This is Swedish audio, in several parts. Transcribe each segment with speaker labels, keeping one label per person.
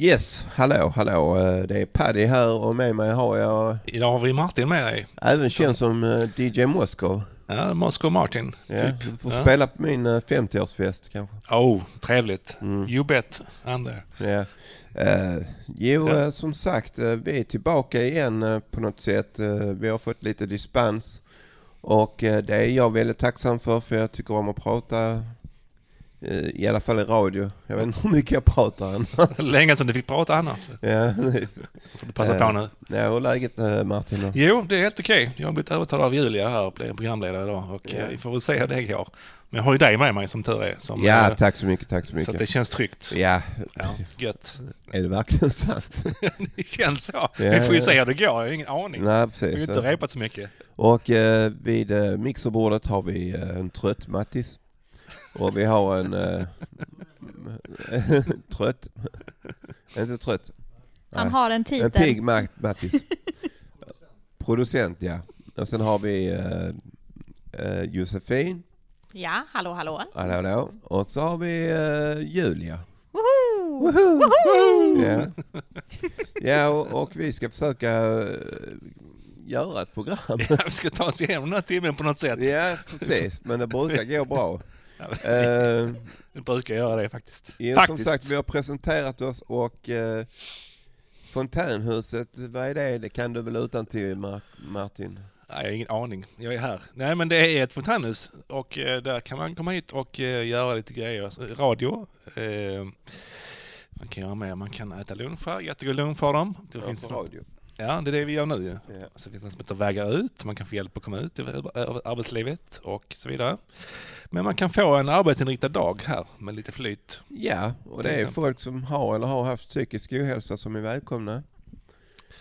Speaker 1: Yes, hallå, hallå. Eh, Det är Paddy här och med mig har jag
Speaker 2: Idag har vi Martin med dig.
Speaker 1: även känd som eh, DJ Moskov.
Speaker 2: Ja, Moskva Martin.
Speaker 1: Ja,
Speaker 2: Typ.
Speaker 1: Du får
Speaker 2: Ja.
Speaker 1: spela på min eh, 50-årsfest kanske. Mm.
Speaker 2: Oh, trevligt. You bet, Ander.
Speaker 1: Ja. Eh, jo,
Speaker 2: Ja.
Speaker 1: eh, som sagt, eh, vi är tillbaka igen eh, på något sätt. Eh, vi har fått lite dispens. Och eh, det är jag väldigt tacksam för, för jag tycker om att prata. eh, I alla fall i radio. Jag vet inte hur mycket jag pratar än.
Speaker 2: Länge sedan du fick prata annars.
Speaker 1: ja, det är så.
Speaker 2: får du passa
Speaker 1: Eh.
Speaker 2: på nu.
Speaker 1: ja, hur är läget eh, Martin? då?
Speaker 2: Jo, det är helt okej. Jag har blivit övertalad av Julia här att bli programledare idag och eh, vi får väl se hur det går. Men jag har ju dig med mig som tur är. Som,
Speaker 1: Ja,
Speaker 2: eh,
Speaker 1: tack så mycket, tack så
Speaker 2: så att
Speaker 1: mycket.
Speaker 2: det känns tryggt.
Speaker 1: Ja,
Speaker 2: Ja, gött.
Speaker 1: är det verkligen sant?
Speaker 2: det känns så.
Speaker 1: Ja,
Speaker 2: vi får ju
Speaker 1: ja.
Speaker 2: se hur det går. Jag har ingen aning.
Speaker 1: Nej,
Speaker 2: vi har ju
Speaker 1: precis.
Speaker 2: inte repat så mycket.
Speaker 1: Och eh, vid eh, mixerbordet har vi eh, en trött Mattis. Och vi har en... Eh, trött. Inte trött.
Speaker 3: Han
Speaker 1: Nej.
Speaker 3: har en
Speaker 1: En
Speaker 3: titel.
Speaker 1: pigg Matt, Mattis. Producent, ja. Och sen har vi eh, eh, Josefin.
Speaker 3: Ja, hallå hallå.
Speaker 1: Hallå, hallå. Och så har vi eh, Julia.
Speaker 3: Woho!
Speaker 1: Ja, ja och, och vi ska försöka eh, göra ett program.
Speaker 2: Ja, vi ska ta oss igenom den här timmen på något sätt.
Speaker 1: Ja, precis. Men det brukar gå bra.
Speaker 2: Ja,
Speaker 1: Eh,
Speaker 2: Vi brukar göra det faktiskt.
Speaker 1: jo, som
Speaker 2: faktiskt.
Speaker 1: sagt, vi har presenterat oss och eh, Fontänhuset, vad är det? Det kan du väl utan till Martin?
Speaker 2: Nej, jag har ingen aning. Jag är här. Nej, men det är ett fontänhus och eh, där kan man komma hit och eh, göra lite grejer. Alltså, Radio. Eh, man kan göra mer. Man kan äta lunch här. Jättegod lunch har de. Det
Speaker 1: Ja,
Speaker 2: finns
Speaker 1: på
Speaker 2: något-
Speaker 1: radio.
Speaker 2: ja, det är det vi gör nu ju.
Speaker 1: Ja.
Speaker 2: Så det finns något som heter vägar ut. Man kan få hjälp att komma ut i ar- arbetslivet och så vidare. Men man kan få en arbetsinriktad dag här med lite flyt.
Speaker 1: ja, och det
Speaker 2: Till
Speaker 1: är
Speaker 2: exempel.
Speaker 1: folk som har eller har haft psykisk ohälsa som är välkomna.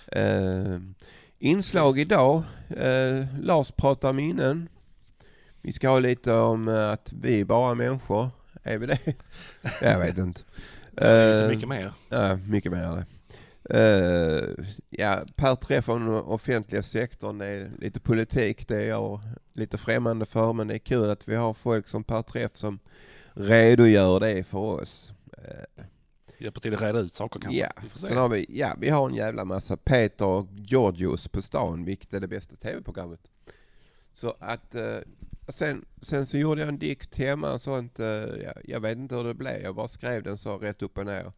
Speaker 1: Eh, inslag idag, eh, Lars pratar minnen. Vi ska ha lite om eh, att vi är bara människor. Är vi det? Jag vet inte.
Speaker 2: Det är ju så
Speaker 1: Eh,
Speaker 2: mycket mer.
Speaker 1: Ja, mycket mer än det. Eh, ja, per träff om den offentliga sektorn, det är lite politik, det är jag lite främmande för, men det är kul att vi har folk som per träff som redogör det för oss. Eh,
Speaker 2: Hjälper till att reda ut saker kanske.
Speaker 1: ja.
Speaker 2: Vi får se.
Speaker 1: Sen har vi, ja, vi har en jävla massa Peter och Georgios på stan, vilket är det bästa tv-programmet. Så att, eh, sen, sen så gjorde jag en dikt hemma och sånt, eh, jag, jag vet inte hur det blev, jag bara skrev den så rätt upp och ner.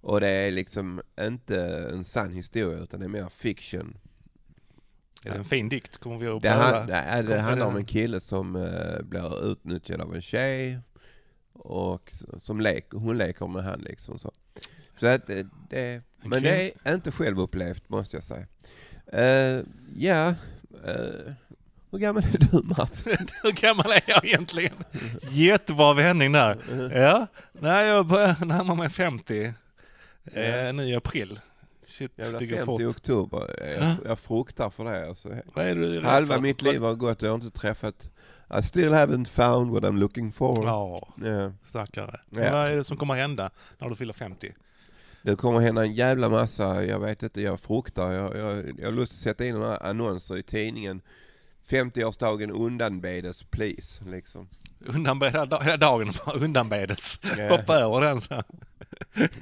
Speaker 1: Och det är liksom inte en sann historia utan det är mer fiction.
Speaker 2: Är det en fin dikt? Kommer vi att
Speaker 1: Det,
Speaker 2: behöva?
Speaker 1: han, det, det
Speaker 2: Kom-
Speaker 1: handlar om
Speaker 2: eh,
Speaker 1: en kille som eh, blir utnyttjad av en tjej och s- som lek, hon leker med han liksom så. så att det, det, men det är inte självupplevt måste jag säga. Eh, ja, eh, hur gammal är du Martin?
Speaker 2: Hur gammal är jag egentligen? Jättebra vändning där. Ja. Nej, jag börjar närma mig 50 eh, nu i april. Shit,
Speaker 1: Jävla
Speaker 2: det går fort.
Speaker 1: 50 oktober, Eh, jag, jag fruktar för det alltså.
Speaker 2: Vad är du rädd
Speaker 1: Halva
Speaker 2: för?
Speaker 1: mitt liv har gått och jag har inte träffat, I still haven't found what I'm looking for.
Speaker 2: Ja,
Speaker 1: Ja.
Speaker 2: stackare.
Speaker 1: Ja.
Speaker 2: Men Vad är det som kommer hända när du fyller 50?
Speaker 1: Det kommer hända en jävla massa, jag vet inte, jag fruktar, jag, jag, jag har lust att sätta in några annonser i tidningen. 50-årsdagen undanbedes, please. Liksom.
Speaker 2: Undanbe- hela da- hela dagen bara undanbedes.
Speaker 1: Ja.
Speaker 2: Hoppa över den så. här.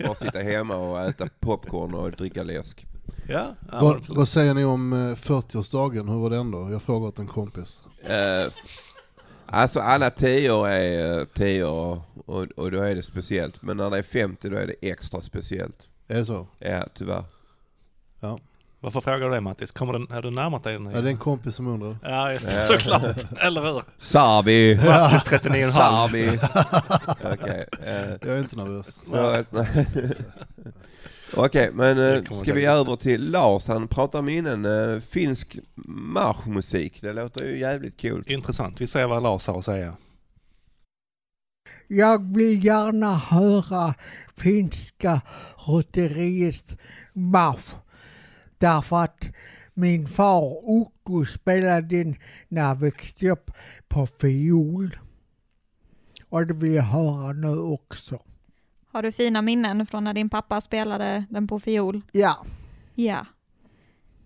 Speaker 1: Bara sitta hemma och äta popcorn och dricka läsk.
Speaker 2: Ja, ja,
Speaker 4: Vad,
Speaker 2: men-
Speaker 4: vad säger ni om eh, 40-årsdagen? Hur var den då? Jag frågar åt en kompis.
Speaker 1: Eh, alltså alla tio är eh, tio och, och, och då är det speciellt. Men när det är 50 då är det extra speciellt.
Speaker 4: Är det så?
Speaker 1: Ja, tyvärr.
Speaker 4: Ja.
Speaker 2: Varför frågar du det Mattis? Kommer den, har du närmat dig den?
Speaker 4: ja det är en kompis som undrar.
Speaker 2: Ja, just det, såklart. Eller hur?
Speaker 1: Sabi!
Speaker 2: Mattis 39,5.
Speaker 1: Sabi! Okej. eh,
Speaker 4: Jag är inte nervös.
Speaker 1: Så att- Okej, men eh,
Speaker 2: Det kommer
Speaker 1: ska vi
Speaker 2: säkert.
Speaker 1: över till Lars, han pratar om innan eh, finsk marschmusik. Det låter ju jävligt kul.
Speaker 2: Intressant. Vi ser vad Lars har att säga.
Speaker 5: Jag vill gärna höra finska rotteriets marsch. Därför att min far Otto spelade den när jag växte upp på fiol. Och det vill jag höra nu också.
Speaker 3: Har du fina minnen från när din pappa spelade den på fiol?
Speaker 5: Ja,
Speaker 3: Ja.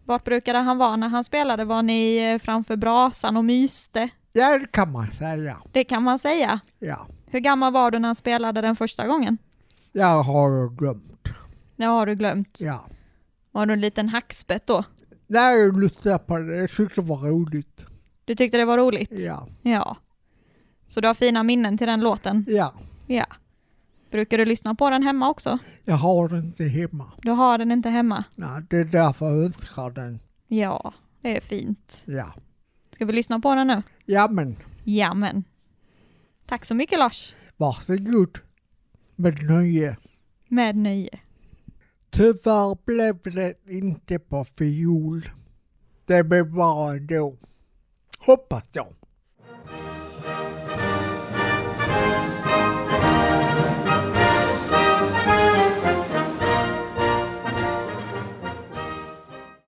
Speaker 3: Vart brukade han vara när han spelade? Var ni eh, framför brasan och myste?
Speaker 5: ja det kan man säga.
Speaker 3: Det kan man säga.
Speaker 5: Ja,
Speaker 3: Hur gammal var du när han spelade den första gången?
Speaker 5: jag har jag glömt.
Speaker 3: Det har du glömt.
Speaker 6: Ja.
Speaker 3: Var du en liten hackspett då?
Speaker 6: Nej, jag lyssnade på det. Jag tyckte det var roligt.
Speaker 3: Du tyckte det var roligt?
Speaker 6: Ja.
Speaker 3: Ja. Så du har fina minnen till den låten?
Speaker 6: Ja.
Speaker 3: Ja. Brukar du lyssna på den hemma också?
Speaker 6: Jag har den inte hemma.
Speaker 3: Du har den inte hemma?
Speaker 6: Nej, det är därför jag önskar den.
Speaker 3: Ja, det är fint.
Speaker 6: Ja.
Speaker 3: Ska vi lyssna på den nu?
Speaker 6: Ja men,
Speaker 3: Jamen. Tack så mycket Lars.
Speaker 6: varsågod. Med nöje.
Speaker 3: Med nöje.
Speaker 6: Tyvärr blev det inte på fiol. Det blev bara ändå. Hoppas jag.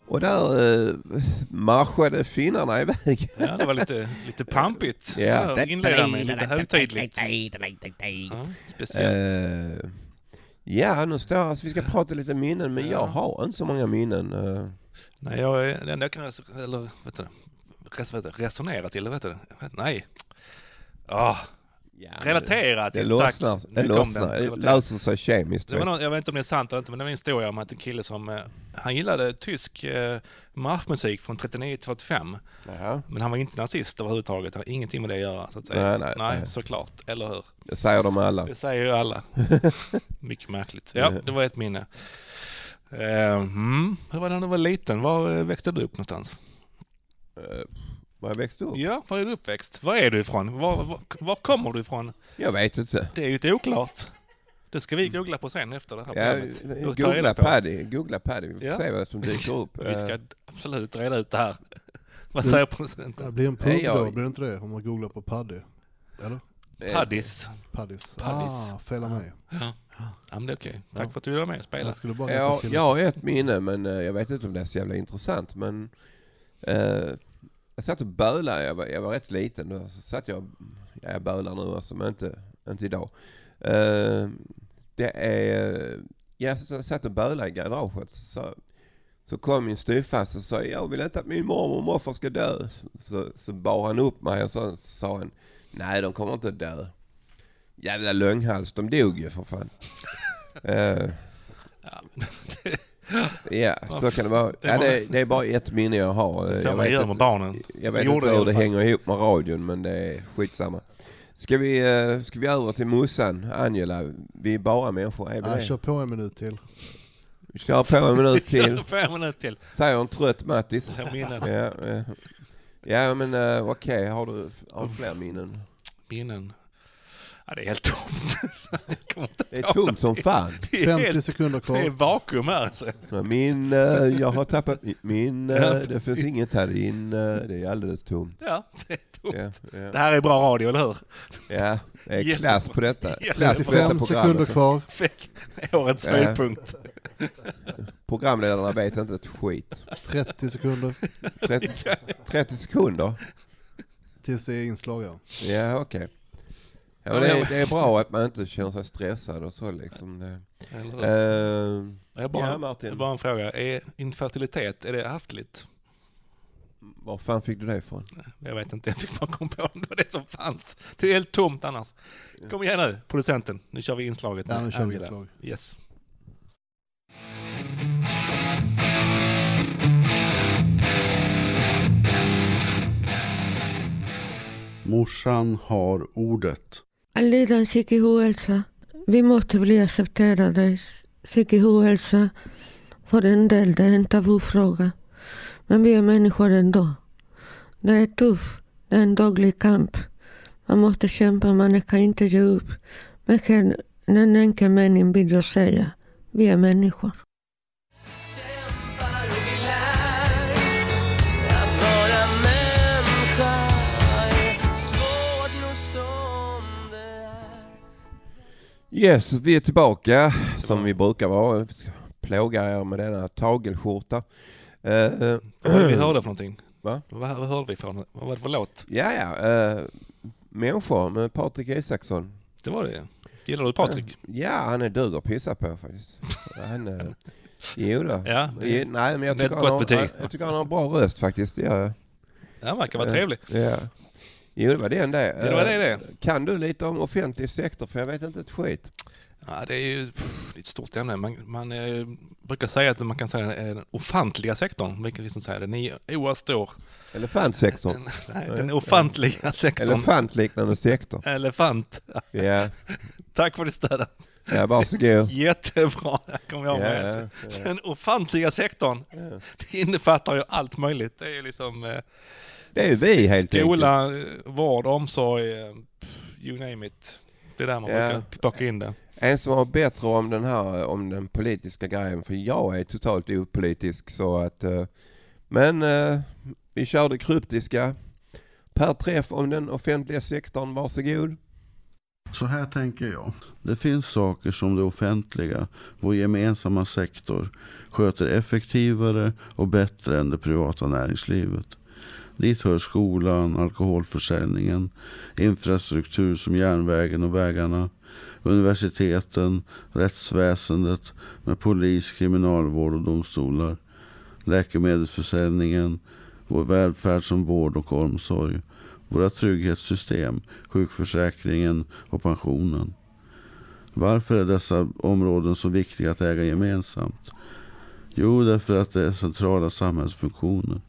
Speaker 1: Och där eh, marschade finnarna iväg.
Speaker 2: Ja, det var lite, lite pampigt.
Speaker 1: Ja.
Speaker 2: Ja, inleda med lite högtidligt. Ja, speciellt.
Speaker 1: Eh, ja, nu står alltså, vi ska prata lite minnen, men jag har inte så många minnen. eh.
Speaker 2: Nej, jag, är- det enda jag kan res- eller, vet du, res, vet du, resonera till, vet du, nej. Ah, relatera
Speaker 1: Det
Speaker 2: till, tack.
Speaker 1: lossnar, det
Speaker 2: Nu kom den.
Speaker 1: lossnar, det
Speaker 2: Relatera.
Speaker 1: löser sig kemiskt.
Speaker 2: Det var någon, jag vet inte om det är sant eller inte, men det var en historia om att en kille som, eh, han gillade tysk eh, marschmusik från 39 till 45,
Speaker 1: Jaha.
Speaker 2: men han var inte nazist överhuvudtaget, han hade ingenting med det att göra så att säga.
Speaker 1: Nej, nej, nej.
Speaker 2: såklart, eller hur?
Speaker 1: Det säger de alla.
Speaker 2: Det säger ju alla. Mycket märkligt. Ja, det var ett minne. Eh, mm. Hur var det när du var liten? Var eh, växte du upp någonstans?
Speaker 1: Eh, Var jag växte upp?
Speaker 2: Ja, var är du uppväxt? Var är du ifrån? Var, var, var kommer du ifrån?
Speaker 1: Jag vet inte.
Speaker 2: Det är ju lite oklart. Det ska vi googla på sen efter det här
Speaker 1: Ja, eh,
Speaker 2: programmet. Och ta reda
Speaker 1: googla
Speaker 2: på.
Speaker 1: Paddy, googla Paddy. Vi får
Speaker 2: Ja.
Speaker 1: se vad som
Speaker 2: Vi ska-
Speaker 1: dyker upp.
Speaker 2: Vi ska
Speaker 1: Eh,
Speaker 2: absolut reda ut det här. Vad säger producenten?
Speaker 7: Det blir en
Speaker 1: Nej,
Speaker 7: pub
Speaker 1: jag-
Speaker 7: då, blir det inte det? Om man googlar på Paddy. Eller?
Speaker 1: eh,
Speaker 2: Paddis.
Speaker 7: Paddis.
Speaker 2: Paddis.
Speaker 7: Ah, fel av mig.
Speaker 2: Ja. ja, men det är okej. Tack
Speaker 7: Ja.
Speaker 2: för att du var med och
Speaker 7: Jag
Speaker 2: spelade.
Speaker 7: skulle bara
Speaker 1: Ja,
Speaker 7: rätta till
Speaker 1: jag har ett minne, men eh, jag vet inte om det är så jävla intressant. Men eh, jag satt och bölade, jag var, jag var rätt liten då. Så satt jag, ja, jag bölar nu alltså, men inte, inte idag. Eh, det är, eh, jag s- satt och bölade i garaget. Så, så kom min styvfarsa och sa, jag vill inte att min mormor och morfar ska dö. Så, så bar han upp mig och så sa han, nej de kommer inte att dö. Jävla lögnhals, de dog ju för fan. Eh,
Speaker 2: Ja.
Speaker 1: Ja, så kan det vara. Ja, det, det är bara ett minne jag har.
Speaker 2: Det är så
Speaker 1: Jag
Speaker 2: man
Speaker 1: vet
Speaker 2: gör
Speaker 1: inte-
Speaker 2: med barnen.
Speaker 1: Jag vet
Speaker 2: Gjorde
Speaker 1: inte
Speaker 2: det i
Speaker 1: hur
Speaker 2: alla
Speaker 1: det
Speaker 2: fall.
Speaker 1: hänger ihop med radion, men det är skitsamma. Ska vi, eh, ska vi över till Mossan, Angela? Vi är bara människor, är vi
Speaker 7: det. Ah,
Speaker 1: det?
Speaker 7: kör på en minut till.
Speaker 1: Vi kör på en minut till,
Speaker 2: Fem minuter till.
Speaker 1: säger en trött Mattis.
Speaker 2: Jag minner.
Speaker 1: Ja, eh. ja men eh, okej, har du har du fler minnen?
Speaker 2: Minnen. Ja, det är helt tomt. Jag kommer inte
Speaker 1: Det är
Speaker 2: på
Speaker 1: tomt som fan.
Speaker 2: Det är
Speaker 7: 50
Speaker 2: helt-
Speaker 7: sekunder
Speaker 2: Det är
Speaker 7: kvar.
Speaker 2: vakuum här alltså.
Speaker 1: Minne, jag har tappat mitt
Speaker 2: Ja,
Speaker 1: minne. Det
Speaker 2: precis.
Speaker 1: finns inget här inne. Det är alldeles tomt.
Speaker 2: Ja, det är tomt.
Speaker 1: Ja, ja.
Speaker 2: Det här är bra radio, eller hur?
Speaker 1: Ja, det är
Speaker 2: Jättebra.
Speaker 1: klass på detta. Klass på detta
Speaker 7: 35 sekunder
Speaker 1: programmet.
Speaker 7: kvar.
Speaker 2: Fick årets
Speaker 1: Ja.
Speaker 2: höjdpunkt.
Speaker 1: Programledarna vet inte ett skit.
Speaker 7: 30 sekunder
Speaker 1: 30, 30 sekunder?
Speaker 7: tills det är inslag. ja.
Speaker 1: Ja, okej. Ja, men det, är- det är bra att man inte känner sig stressad och så liksom. Det.
Speaker 2: Eller hur?
Speaker 1: Eh,
Speaker 2: Jag har bara,
Speaker 1: ja,
Speaker 2: jag har
Speaker 1: Martin.
Speaker 2: bara en fråga. Är infertilitet, är det haftligt?
Speaker 1: Var fan fick du det ifrån?
Speaker 2: Jag vet inte, jag fick bara komma på om det var det som fanns. Det är helt tomt annars. Kom igen nu, producenten. Nu kör vi inslaget.
Speaker 7: Ja,
Speaker 2: med
Speaker 7: nu kör vi
Speaker 2: Angela.
Speaker 7: inslag.
Speaker 2: Yes.
Speaker 8: Morsan har ordet.
Speaker 9: Allidan psykisk ohälsa. Vi måste bli accepterade. Psykisk ohälsa, för en del, det är en tabufråga. Men vi är människor ändå. Det är tufft. Det är en daglig kamp. Man måste kämpa, man kan inte ge upp. Men kan en enkel mening bidra säga, vi är människor.
Speaker 10: kämpar och vi lär. Att vara människa är svårt nog som det är.
Speaker 1: Yes, vi är tillbaka
Speaker 2: var-
Speaker 1: som vi brukar vara. Vi ska plåga er med denna tagelskjorta. Eh,
Speaker 2: Vad var det vi hörde för någonting?
Speaker 1: Va?
Speaker 2: Vad, vad hörde vi för något? Vad var det för låt?
Speaker 1: ja, ja. eh, människor med Patrik Isaksson. Eh,
Speaker 2: Det var det ju. Gillar du Patrik?
Speaker 1: Ja, han är dög att pissa på faktiskt. Han, eh, jo då.
Speaker 2: Ja, det-
Speaker 1: Jo, Nej, men jag
Speaker 2: det är ett
Speaker 1: tycker,
Speaker 2: gott
Speaker 1: han har,
Speaker 2: betyg.
Speaker 1: jag, jag tycker han har en bra röst faktiskt. Det gör jag.
Speaker 2: Han verkar vara
Speaker 1: Eh,
Speaker 2: trevlig.
Speaker 1: Ja. Jo, det Eh, var den det.
Speaker 2: Ja, det var det det.
Speaker 1: Kan du lite om offentlig sektor? För jag vet inte ett skit.
Speaker 2: Ja, det är ju pff, det är ett stort ämne. Man, man eh, brukar säga att man kan säga den, den ofantliga sektorn, vilket vi som säger, den är oerhört
Speaker 1: Elefantsektorn. Eh,
Speaker 2: Den, nej, den ofantliga sektorn.
Speaker 1: Elefantliknande sektor.
Speaker 2: Elefant.
Speaker 1: Ja,
Speaker 2: Tack för ditt stöd.
Speaker 1: ja varsågod.
Speaker 2: Jättebra, där kom jag
Speaker 1: Ja,
Speaker 2: med.
Speaker 1: ja, ja.
Speaker 2: Den ofantliga sektorn, det innefattar ju allt möjligt. Det är ju liksom eh,
Speaker 1: Det är ju vi helt enkelt.
Speaker 2: skola, eh, vård, omsorg, eh, pff, you name it. Det är där man
Speaker 1: Ja.
Speaker 2: brukar plocka in det.
Speaker 1: En som har bättre om den här, om den politiska grejen, för jag är totalt opolitisk så att, eh, men eh, vi kör det kryptiska. Per träff om den offentliga sektorn, varsågod.
Speaker 8: Så här tänker jag. Det finns saker som det offentliga, vår gemensamma sektor, sköter effektivare och bättre än det privata näringslivet. Dit hör skolan, alkoholförsäljningen, infrastruktur som järnvägen och vägarna, universiteten, rättsväsendet med polis, kriminalvård och domstolar, läkemedelsförsäljningen, vår välfärd som vård och omsorg, våra trygghetssystem, sjukförsäkringen och pensionen. Varför är dessa områden så viktiga att äga gemensamt? Jo, därför att det är centrala samhällsfunktioner.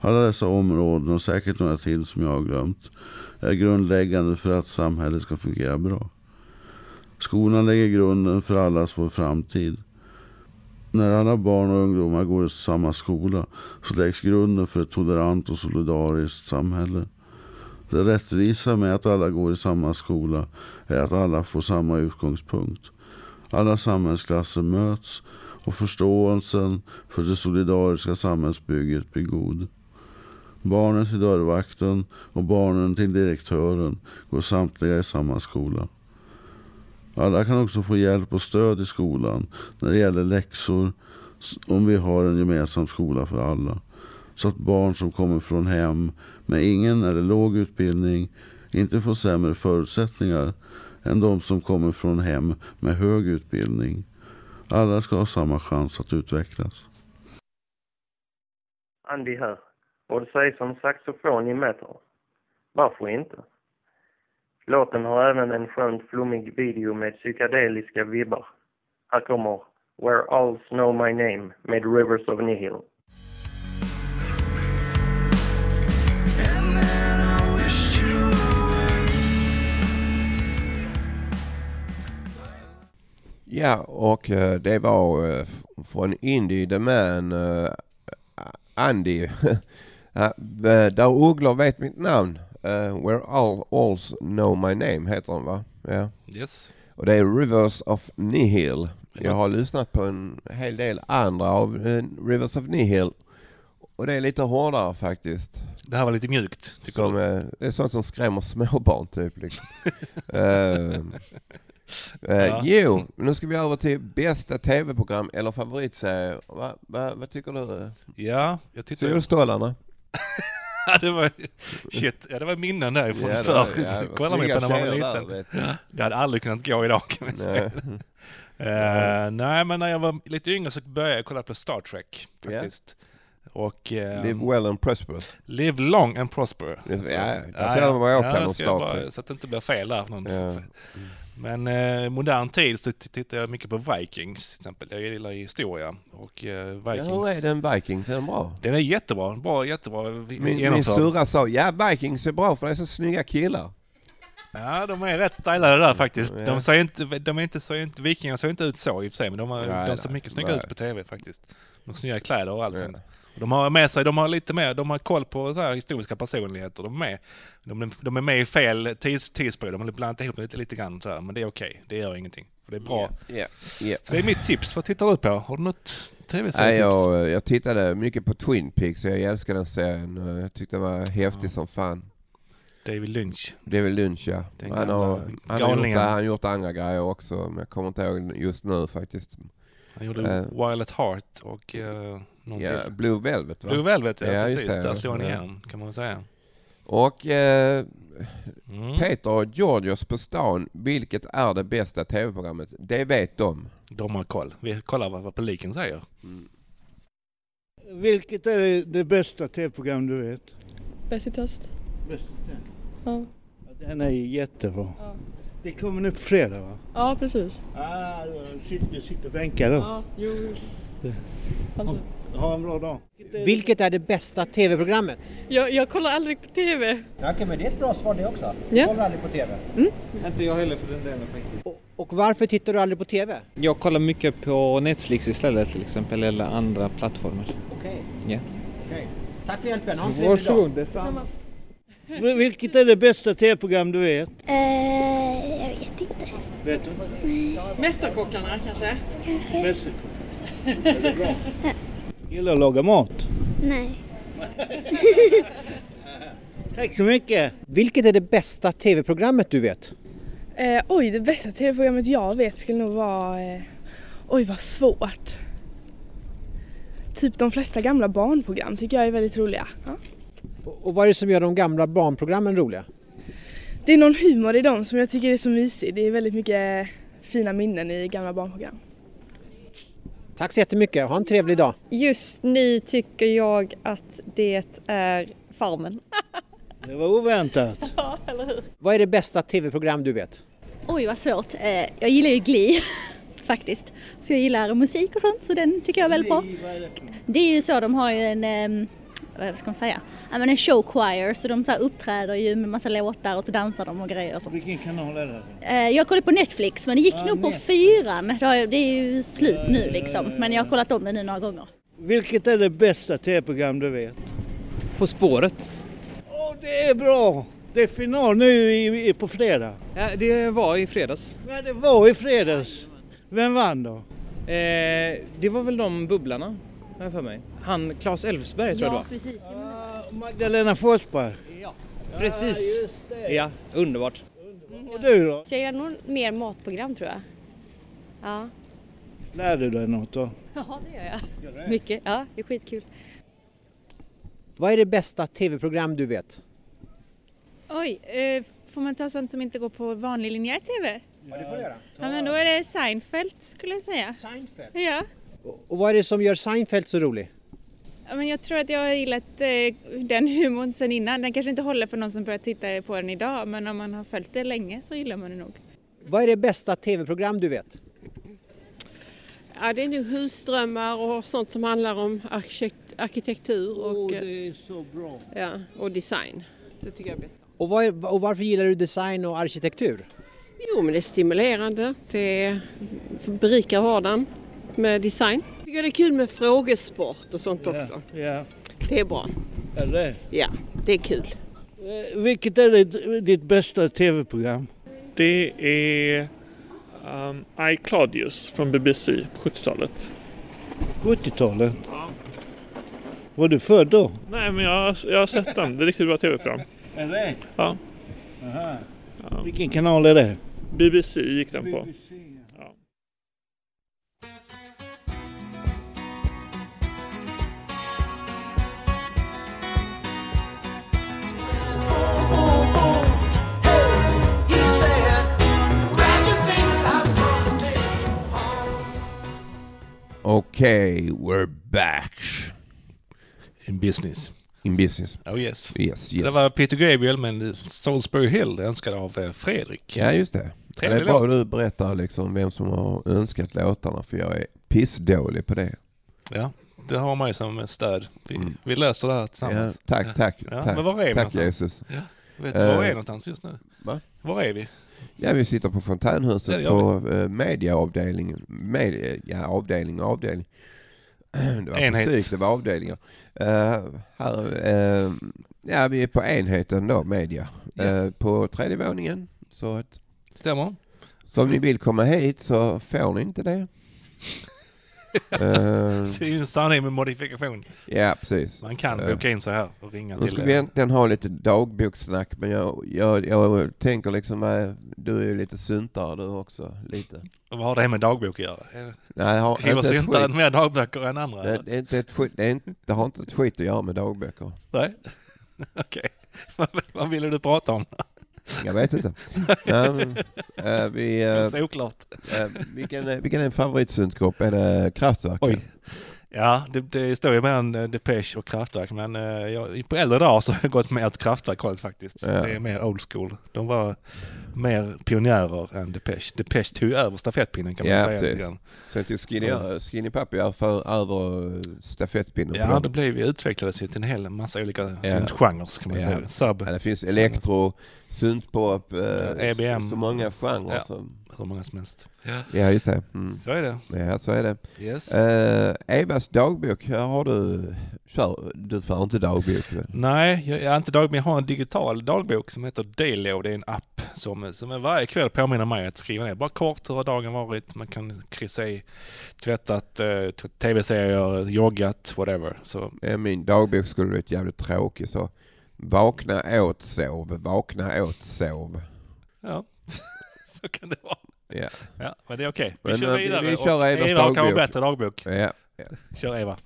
Speaker 8: Alla dessa områden och säkert några till som jag har glömt är grundläggande för att samhället ska fungera bra. Skolan lägger grunden för allas vår framtid. När alla barn och ungdomar går i samma skola så läggs grunden för ett tolerant och solidariskt samhälle. Det rättvisa med att alla går i samma skola är att alla får samma utgångspunkt. Alla samhällsklasser möts och förståelsen för det solidariska samhällsbygget blir god. Barnen till dörrvakten och barnen till direktören går samtliga i samma skola. Alla kan också få hjälp och stöd i skolan när det gäller läxor s- om vi har en gemensam skola för alla. Så att barn som kommer från hem med ingen eller låg utbildning inte får sämre förutsättningar än de som kommer från hem med hög utbildning. Alla ska ha samma chans att utvecklas.
Speaker 11: Andy här. Och det sägs om saxofon i metal. Varför inte? Låten har även en skönt flummig video med psykedeliska vibbar. Här kommer Where All Know My Name med Rivers of Nihil.
Speaker 1: Ja, och eh, det var eh, f- från Indie the Man, eh, Andy. Ja, eh, Där ugglor vet mitt namn. Eh, Where all alls know my name heter den va? Ja.
Speaker 2: Yes.
Speaker 1: Och det är Rivers of Nihil. Jag
Speaker 2: Ja.
Speaker 1: har lyssnat på en hel del andra av eh, Rivers of Nihil. Och det är lite hårdare faktiskt.
Speaker 2: Det här var lite mjukt, tycker
Speaker 1: Som,
Speaker 2: du?
Speaker 1: eh, det är sånt som skrämmer småbarn typ. Liksom. eh, eh,
Speaker 2: Ja.
Speaker 1: Jo, nu ska vi över till bästa tv-program eller favoritserie. Va, va, vad tycker du?
Speaker 2: Ja, jag tittar ju.
Speaker 1: Solstolarna?
Speaker 2: Ja, det var, shit, ja, det var minnen därifrån
Speaker 1: Ja, det var-
Speaker 2: förr.
Speaker 1: ja, det var
Speaker 2: Kolla mig
Speaker 1: snygga
Speaker 2: på när man var
Speaker 1: tjejer där,
Speaker 2: liten.
Speaker 1: vet du.
Speaker 2: Det hade aldrig kunnat gå idag kan man säga.
Speaker 1: Nej.
Speaker 2: Eh, nej, men när jag var lite yngre så började jag kolla på Star Trek faktiskt. Och eh,
Speaker 1: Live
Speaker 2: live,
Speaker 1: well and prosper.
Speaker 2: long and prosper.
Speaker 1: Ja, jag
Speaker 2: Ja,
Speaker 1: ser
Speaker 2: ja.
Speaker 1: vad jag
Speaker 2: Ja,
Speaker 1: kan
Speaker 2: det
Speaker 1: om
Speaker 2: ska jag
Speaker 1: Star
Speaker 2: bara-
Speaker 1: Trek.
Speaker 2: Så att det inte blir fel där. Någon.
Speaker 1: Ja.
Speaker 2: Men eh, modern tid så t- tittar jag mycket på Vikings till exempel. Jag gillar historia och eh,
Speaker 1: Ja, hur är
Speaker 2: Vikings.
Speaker 1: den Vikings? Är den bra?
Speaker 2: den är jättebra, bra, jättebra
Speaker 1: Min, min
Speaker 2: genomförd.
Speaker 1: surra sa ja Vikings är bra för det är så snygga killar.
Speaker 2: Ja, de är rätt stylade där faktiskt.
Speaker 1: Ja.
Speaker 2: De ser inte, de är inte, ser inte, vikingar ser inte ut så i och för sig, men de, har,
Speaker 1: Nej,
Speaker 2: de ser
Speaker 1: nej,
Speaker 2: mycket snyggare
Speaker 1: nej.
Speaker 2: ut på TV faktiskt. De har snygga kläder och allt
Speaker 1: Ja.
Speaker 2: sånt. Och De har med sig, de har lite mer, de har koll på så här historiska personligheter. De är med, de, de är med i fel tids, tidsperiod, de har blandat ihop lite, lite grann så här, men det är okej, det gör ingenting. För det är bra.
Speaker 1: Ja, ja.
Speaker 2: Så det är mitt tips, vad tittar du på? Har du något
Speaker 1: Nej,
Speaker 2: TV-serietips?
Speaker 1: jag, jag tittade mycket på Twin Peaks och jag älskar den serien. Jag tyckte den var häftig som fan.
Speaker 2: David Lynch.
Speaker 1: Det är väl lunch ja.
Speaker 2: Den
Speaker 1: Han
Speaker 2: gamla
Speaker 1: har, han, har gjort,
Speaker 2: galningen.
Speaker 1: han har gjort andra grejer också men jag kommer inte ihåg just nu faktiskt.
Speaker 2: Han gjorde
Speaker 1: Eh.
Speaker 2: Violet Heart och uh, någon
Speaker 1: Ja,
Speaker 2: till.
Speaker 1: Blue Velvet va?
Speaker 2: Blue Velvet, ja,
Speaker 1: Ja, just
Speaker 2: precis.
Speaker 1: det,
Speaker 2: Där
Speaker 1: ja.
Speaker 2: slog han
Speaker 1: Ja.
Speaker 2: igenom, kan man säga.
Speaker 1: Och eh,
Speaker 2: Mm.
Speaker 1: Peter och Georgios på stan, vilket är det bästa tv-programmet? Det vet de.
Speaker 2: De har koll. Vi kollar vad, vad publiken säger.
Speaker 12: Vilket är det, det bästa tv-program du vet?
Speaker 10: Bäst i test.
Speaker 12: Bäst i test?
Speaker 10: Ja.
Speaker 12: Den är ju jättebra. Det kommer nu på fredag va?
Speaker 13: Ja, precis.
Speaker 12: Ah, sitter, sitter och bänkar då.
Speaker 13: Ja, jo. Absolut.
Speaker 12: Ha en bra dag.
Speaker 14: Vilket är det bästa tv-programmet?
Speaker 13: Jag, jag kollar aldrig på TV.
Speaker 14: Ja, Okej, men det är ett bra svar det också.
Speaker 13: Ja.
Speaker 14: Kollar aldrig på tv.
Speaker 15: Mm.
Speaker 16: Inte jag heller för den delen faktiskt.
Speaker 14: Och varför tittar du aldrig på tv?
Speaker 16: Jag kollar mycket på Netflix istället till exempel, eller andra plattformar.
Speaker 14: Okej.
Speaker 16: Ja.
Speaker 14: Okej. Tack för hjälpen, ha en
Speaker 16: Varsågod,
Speaker 14: trevlig dag.
Speaker 16: detsamma.
Speaker 12: Vil- Vilket är det bästa tv-program du vet?
Speaker 17: Eh, jag vet inte.
Speaker 12: Vet du?
Speaker 13: Mästerkockarna kanske?
Speaker 12: Kanske. Gillar att laga mat.
Speaker 17: Nej.
Speaker 12: Tack så mycket.
Speaker 14: Vilket är det bästa tv-programmet du vet?
Speaker 18: Eh, oj, det bästa tv-programmet jag vet skulle nog vara... Eh, oj, vad svårt. Typ de flesta gamla barnprogram tycker jag är väldigt roliga. Ja.
Speaker 14: Och vad är det som gör de gamla barnprogrammen roliga?
Speaker 18: Det är någon humor i dem som jag tycker är så mysig. Det är väldigt mycket fina minnen i gamla barnprogram.
Speaker 14: Tack så jättemycket, ha en trevlig dag.
Speaker 15: Just nu tycker jag att det är Farmen.
Speaker 12: Det var oväntat.
Speaker 15: Ja, eller hur?
Speaker 14: Vad är det bästa tv-program du vet?
Speaker 19: Oj vad svårt. Eh, Jag gillar ju Glee faktiskt. För jag gillar musik och sånt så den tycker jag är väldigt bra. Det är ju så, de har ju en, ehm, vad ska man säga, ja, men en show choir så de så här uppträder ju med massa låtar och så dansar de och grejer och sånt.
Speaker 12: Vilken kanal är det?
Speaker 19: Eh, Jag kollade på Netflix men det gick
Speaker 12: Ah,
Speaker 19: nog på
Speaker 12: Netflix. Eh.
Speaker 19: fyran. Det har jag- Det är ju slut
Speaker 12: Ja, ja,
Speaker 19: nu
Speaker 12: ja,
Speaker 19: liksom
Speaker 12: ja, ja.
Speaker 19: men jag har kollat om det nu några gånger.
Speaker 12: Vilket är det bästa tv-program du vet?
Speaker 16: På spåret?
Speaker 12: Åh, det är bra. Det är final nu i, i, på fredag.
Speaker 16: Ja, det var i fredags.
Speaker 12: Ja, det var i fredags. Vem vann då?
Speaker 16: Eh, det var väl de bubblarna, har jag för mig. Han Claes Elfsberg tror jag det var.
Speaker 12: precis. Magdalena Forsberg.
Speaker 16: Ja,
Speaker 12: Ja,
Speaker 16: precis.
Speaker 12: just
Speaker 16: Ja,
Speaker 12: det.
Speaker 16: underbart.
Speaker 12: Och du då?
Speaker 20: Så jag gör nog mer matprogram tror jag. Ja,
Speaker 12: Lär du dig något då?
Speaker 20: ja det gör jag. Mycket. Ja, det är skitkul.
Speaker 14: Vad är det bästa tv-program du vet?
Speaker 21: Oj, eh, får man ta sånt som inte går på vanlig linjär TV?
Speaker 14: Ja, det får du göra.
Speaker 21: Ja, men då är det Seinfeld skulle jag säga.
Speaker 14: Seinfeld?
Speaker 21: Ja.
Speaker 14: Och vad är det som gör Seinfeld så rolig?
Speaker 21: ja men jag tror att jag har gillat eh, den humorn sen innan. Den kanske inte håller för någon som börjar titta på den idag, men om man har följt det länge så gillar man det nog.
Speaker 14: Vad är det bästa tv-program du vet?
Speaker 22: Ja, det är nog husdrömmar och sånt som handlar om arkitekt, arkitektur och, eh,
Speaker 12: det är så bra.
Speaker 22: Ja, och design. Det tycker jag är bäst.
Speaker 14: Och, vad är, och varför gillar du design och arkitektur?
Speaker 22: Jo, men det är stimulerande. Det berikar vardagen med design. Jag tycker det är kul med frågesport och sånt också.
Speaker 12: Ja.
Speaker 22: Det är bra.
Speaker 12: Eller?
Speaker 22: Ja, det är kul.
Speaker 12: Eh, Vilket är ditt, ditt bästa tv-program?
Speaker 23: Det är um, I Claudius från BBC på 70-talet.
Speaker 12: 70-talet? Var du född då?
Speaker 23: Nej, men jag, jag har sett den. Det är riktigt bra tv-program.
Speaker 12: Är det?
Speaker 23: Ja.
Speaker 12: Aha.
Speaker 23: Ja.
Speaker 12: Vilken kanal är det?
Speaker 23: BBC gick den på.
Speaker 1: Okej, we're back.
Speaker 2: In business.
Speaker 1: In business.
Speaker 2: Oh yes.
Speaker 1: Yes,
Speaker 2: Så det
Speaker 1: yes.
Speaker 2: var Peter Gabriel med Salisbury Hill önskad av eh, Fredrik.
Speaker 1: Ja, just det. Ja, det är
Speaker 2: Trevlig
Speaker 1: bra
Speaker 2: låt.
Speaker 1: att du berättar liksom vem som har önskat låtarna för jag är pissdålig på det.
Speaker 2: Ja, det har man ju som stöd. Vi, vi löser det här
Speaker 1: Mm. Ja,
Speaker 2: tillsammans.
Speaker 1: tack, tack.
Speaker 2: Ja,
Speaker 1: tack
Speaker 2: men var är vi
Speaker 1: tack
Speaker 2: någonstans?
Speaker 1: Jesus.
Speaker 2: Ja, vet du var vi är
Speaker 1: Eh,
Speaker 2: någonstans just nu?
Speaker 1: Va?
Speaker 2: Var är vi?
Speaker 1: Ja, vi sitter på
Speaker 2: Ja, det
Speaker 1: fontänhuset
Speaker 2: gör
Speaker 1: på eh, mediaavdelningen. Media, ja, avdelning, avdelning. Det var
Speaker 2: Enhet.
Speaker 1: musik, det var avdelningar. Eh, här, eh, ja, vi är på enheten då, media. Eh, på tredje våningen. Så att,
Speaker 2: Stämmer.
Speaker 1: så om ni vill komma hit så får ni inte det. Eh,
Speaker 2: Det är ju en sanning med modifikation.
Speaker 1: Ja, precis.
Speaker 2: Man kan
Speaker 1: Eh,
Speaker 2: boka in sig här och ringa
Speaker 1: Nu
Speaker 2: till... eh,
Speaker 1: ska vi egentligen ha lite dagbokssnack, men jag, jag, jag tänker liksom, eh, du är ju lite syntare du också, lite.
Speaker 2: Vad har det här med dagbok att göra?
Speaker 1: Nej, jag har
Speaker 2: Skriver
Speaker 1: inte ett
Speaker 2: syntaren
Speaker 1: skit.
Speaker 2: mer dagböcker än andra?
Speaker 1: Det, det, är inte ett skit, det, är inte, det har inte ett skit att göra med dagböcker.
Speaker 2: Nej. Okej. Vad- Vad ville du prata om?
Speaker 1: Jag vet inte. Nej, men, eh, vi, eh,
Speaker 2: Det är oklart.
Speaker 1: eh, vilken, är- vilken är en favoritsyntgrupp? Är det Kraftwerk?
Speaker 2: Oj. Ja, det, det står ju mellan eh, Depeche och Kraftwerk, men eh, jag, på äldre dagar så har jag gått mer åt Kraftwerkhållet faktiskt.
Speaker 1: Ja.
Speaker 2: Det är mer old school. De var mer pionjärer än Depeche. Depeche tog ju över stafettpinnen kan man
Speaker 1: ja,
Speaker 2: säga. lite
Speaker 1: precis.
Speaker 2: grann. Mm.
Speaker 1: Så att ju skinny, skinny Puppy är för över eh, stafettpinnen på
Speaker 2: Ja,
Speaker 1: dem.
Speaker 2: det blev, utvecklades ju till en hel massa olika
Speaker 1: Ja.
Speaker 2: syntgenrer kan man
Speaker 1: Ja.
Speaker 2: säga. Sub. E
Speaker 1: Ja, det finns elektro, syntpop, eh,
Speaker 2: EBM.
Speaker 1: så många genrer
Speaker 2: Mm. Ja,
Speaker 1: som...
Speaker 2: Hur många som helst.
Speaker 1: Ja, just det. Mm.
Speaker 2: Så är det.
Speaker 1: Ja, så är det.
Speaker 2: Yes.
Speaker 1: Eh, Evas dagbok, här har du... Kör, du för inte dagbok? väl?
Speaker 2: Nej, jag, jag, är inte dag, men jag har en digital dagbok som heter Dailo. Det är en app som, som varje kväll påminner mig att skriva ner. Bara kort hur har dagen varit. Man kan kryssa i tvättat, eh, t- tv-serier, joggat, whatever. Så
Speaker 1: Eh, Min dagbok skulle bli ett jävligt tråkig så. Vakna åt sov, vakna åt sov.
Speaker 2: ja, så kan det vara.
Speaker 1: Ja.
Speaker 2: Ja, men det är okej. Vi
Speaker 1: Men,
Speaker 2: kör
Speaker 1: eh,
Speaker 2: vidare.
Speaker 1: vi kör
Speaker 2: och
Speaker 1: Evas
Speaker 2: Eva har kanske
Speaker 1: dagbok.
Speaker 2: bättre dagbok.
Speaker 1: Ja.
Speaker 2: Kör Eva.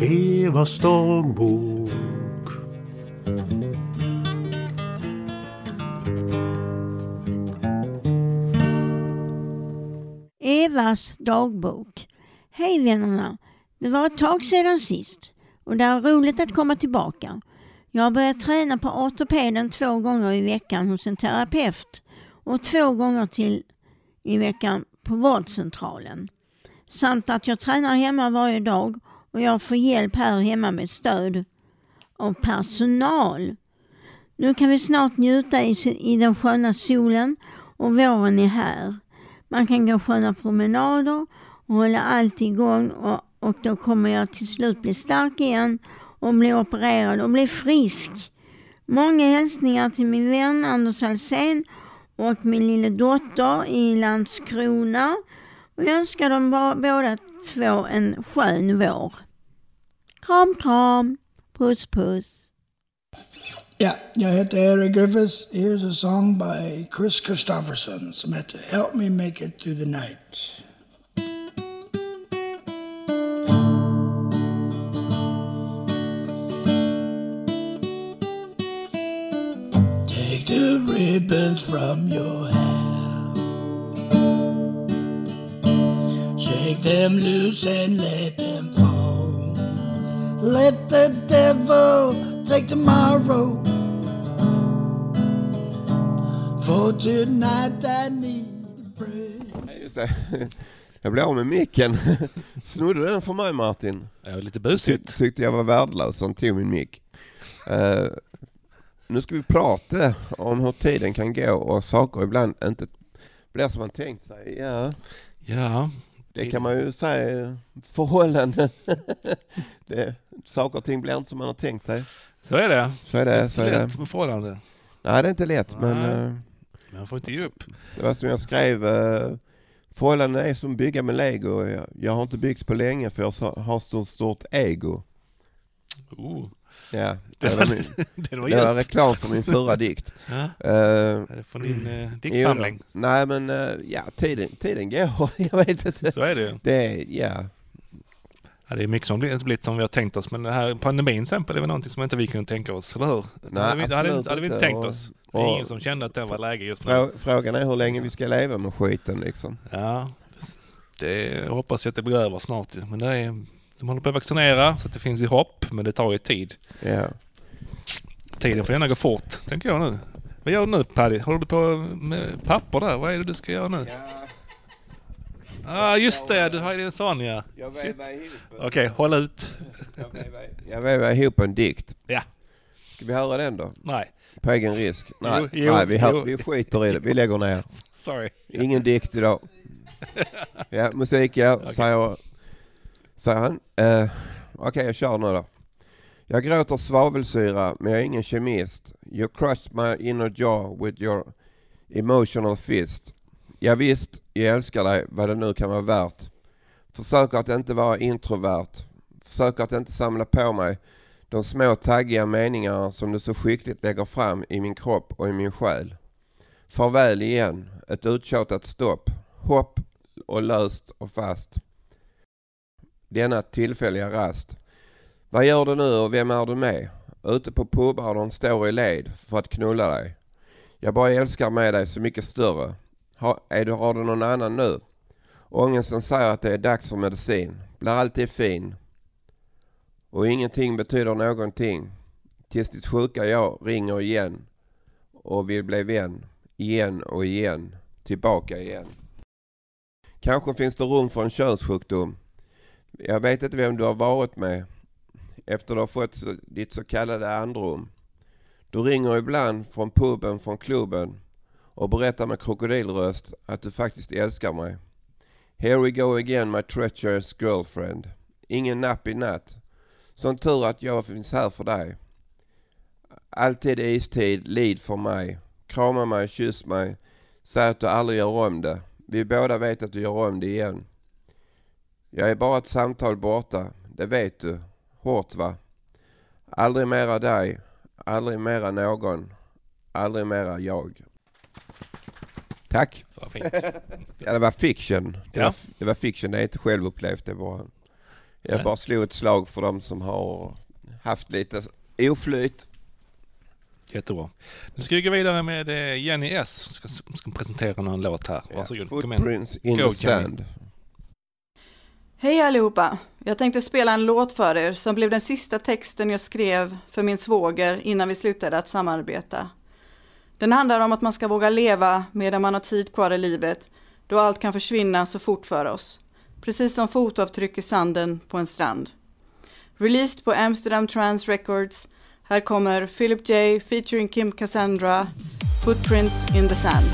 Speaker 3: Evas dagbok.
Speaker 24: Evas dagbok. Hej vännerna! Det var ett tag sedan sist och det är roligt att komma tillbaka. Jag har börjat träna på ortopeden två gånger i veckan hos en terapeut och två gånger till i veckan på vårdcentralen. Samt att jag tränar hemma varje dag och jag får hjälp här hemma med stöd av personal. Nu kan vi snart njuta i, i den sköna solen och våren är här. Man kan gå sköna promenader och hålla allt igång och, och då kommer jag till slut bli stark igen och bli opererad och bli frisk. Många hälsningar till min vän Anders Alsén och min lille dotter i Landskrona. Och jag önskar dem ba- båda två en skön vår. Kram, kram. Puss, puss.
Speaker 6: Ja, jag heter Eric Griffiths. Here's a song by Chris Christopherson som heter Help Me Make It Through the Night. Take the ribbons from your hair. Shake them loose and let them fall. Let the devil take tomorrow. For tonight I need a friend.
Speaker 1: Just det. Jag blev av med micken. Snodde den från mig Martin?
Speaker 2: Ja, lite busigt.
Speaker 1: Ty- tyckte jag var värdelös som tog min mick. Eh, nu ska vi prata om hur tiden kan gå och saker ibland inte blir som man tänkt sig. Ja.
Speaker 2: Ja.
Speaker 1: Det kan man ju säga. Förhållanden. det, saker och ting blir inte som man har tänkt sig.
Speaker 2: Så är det.
Speaker 1: Så är det.
Speaker 2: Det är inte
Speaker 1: så är det.
Speaker 2: lätt med förhållanden.
Speaker 1: Nej, det är inte lätt. Men,
Speaker 2: Nej.
Speaker 1: eh,
Speaker 2: Man får inte ge upp.
Speaker 1: det var som jag skrev, eh, förhållanden är som bygga med lego. Jag- Jag har inte byggt på länge för jag så- har så stort ego.
Speaker 2: Oh.
Speaker 1: Ja,
Speaker 2: Det
Speaker 1: det
Speaker 2: var-
Speaker 1: var, min,
Speaker 2: det
Speaker 1: det
Speaker 2: var
Speaker 1: var,
Speaker 2: djupt.
Speaker 1: reklam för min förra dikt.
Speaker 2: Ja.
Speaker 1: Eh,
Speaker 2: Från din, eh,
Speaker 1: jo,
Speaker 2: diktsamling.
Speaker 1: då. nej men eh, ja, tiden, tiden går. jag vet inte.
Speaker 2: Så är det ju.
Speaker 1: Det är, ja.
Speaker 2: Ja, det är mycket som blir- inte blivit som vi har tänkt oss, men den här pandemin till exempel, det var någonting som inte vi kunde tänka oss, eller hur?
Speaker 1: Nej,
Speaker 2: hade vi, hade, vi-
Speaker 1: absolut
Speaker 2: hade vi inte
Speaker 1: inte.
Speaker 2: tänkt
Speaker 1: Och-
Speaker 2: oss. Det
Speaker 1: och-
Speaker 2: är ingen som kände att det var läge just nu.
Speaker 1: Frå, frågan är hur länge vi ska leva med skiten liksom.
Speaker 2: Mm. Ja, det, jag hoppas att det blir över snart. ju. Men det är, de håller på att vaccinera, så att det finns ju hopp, men det tar ju tid.
Speaker 1: Ja.
Speaker 2: Tiden får gärna gå fort, tänker jag nu. Vad gör du nu Paddy? Håller du på med papper där? Vad är det du ska göra nu? Ja, ah, just det. Du har ju din son ja. Shit. Okej, håll ut.
Speaker 1: Jag väver ihop en dikt.
Speaker 2: Ja.
Speaker 1: Ska vi höra den då?
Speaker 2: Nej.
Speaker 1: På egen risk? Nej,
Speaker 2: Jo, jo,
Speaker 1: nej vi, hör,
Speaker 2: jo.
Speaker 1: vi skiter i det. Vi lägger ner.
Speaker 2: Sorry.
Speaker 1: Ingen dikt idag. Ja, musik ja, säger, säger han. Eh, Okej, jag kör nu då. Jag gråter svavelsyra, men jag är ingen kemist. You crushed my inner jaw with your emotional fist. Ja, visst, jag älskar dig, vad det nu kan vara värt. Försöker att inte vara introvert. Försöker att inte samla på mig de små taggiga meningar som du så skickligt lägger fram i min kropp och i min själ. Farväl igen, ett uttjatat stopp. Hopp och löst och fast. Denna tillfälliga rast. Vad gör du nu och vem är du med? Ute på pubar de står i led för att knulla dig. Jag bara älskar med dig så mycket större. Har, är du, har du någon annan nu? Ångesten säger att det är dags för medicin. Blir alltid fin. Och ingenting betyder någonting. Tills ditt sjuka jag ringer igen. Och vill bli vän. Igen och igen. Tillbaka igen. Kanske finns det rum för en könssjukdom. Jag vet inte vem du har varit med efter du har fått så- ditt så kallade andrum. Du ringer ibland från puben, från klubben och berättar med krokodilröst att du faktiskt älskar mig. Here we go again my treacherous girlfriend. Ingen napp i natt. Som tur att jag finns här för dig. Alltid istid, lid för mig. Krama mig, kyss mig. Säg att du aldrig gör om det. Vi båda vet att du gör om det igen. Jag är bara ett samtal borta, det vet du. Hårt va? Aldrig mera dig, aldrig mera någon, aldrig mera jag. Tack!
Speaker 2: Det var fint.
Speaker 1: ja, det var fiction. Det,
Speaker 2: Ja.
Speaker 1: var, det var fiction, det är inte självupplevt. Det var, jag
Speaker 2: Nej.
Speaker 1: bara slog ett slag för de som har haft lite oflyt.
Speaker 2: Jättebra. Nu ska vi gå vidare med eh, Jenny S. Ska, ska presentera någon låt här. Varsågod. Kom igen.
Speaker 1: Footprints in
Speaker 2: Go,
Speaker 1: the sand.
Speaker 4: Hej allihopa! Jag tänkte spela en låt för er som blev den sista texten jag skrev för min svåger innan vi slutade att samarbeta. Den handlar om att man ska våga leva medan man har tid kvar i livet, då allt kan försvinna så fort för oss. Precis som fotavtryck i sanden på en strand. Released på Amsterdam Trans Records. Här kommer Philip J featuring Kim Cassandra, Footprints in the Sand.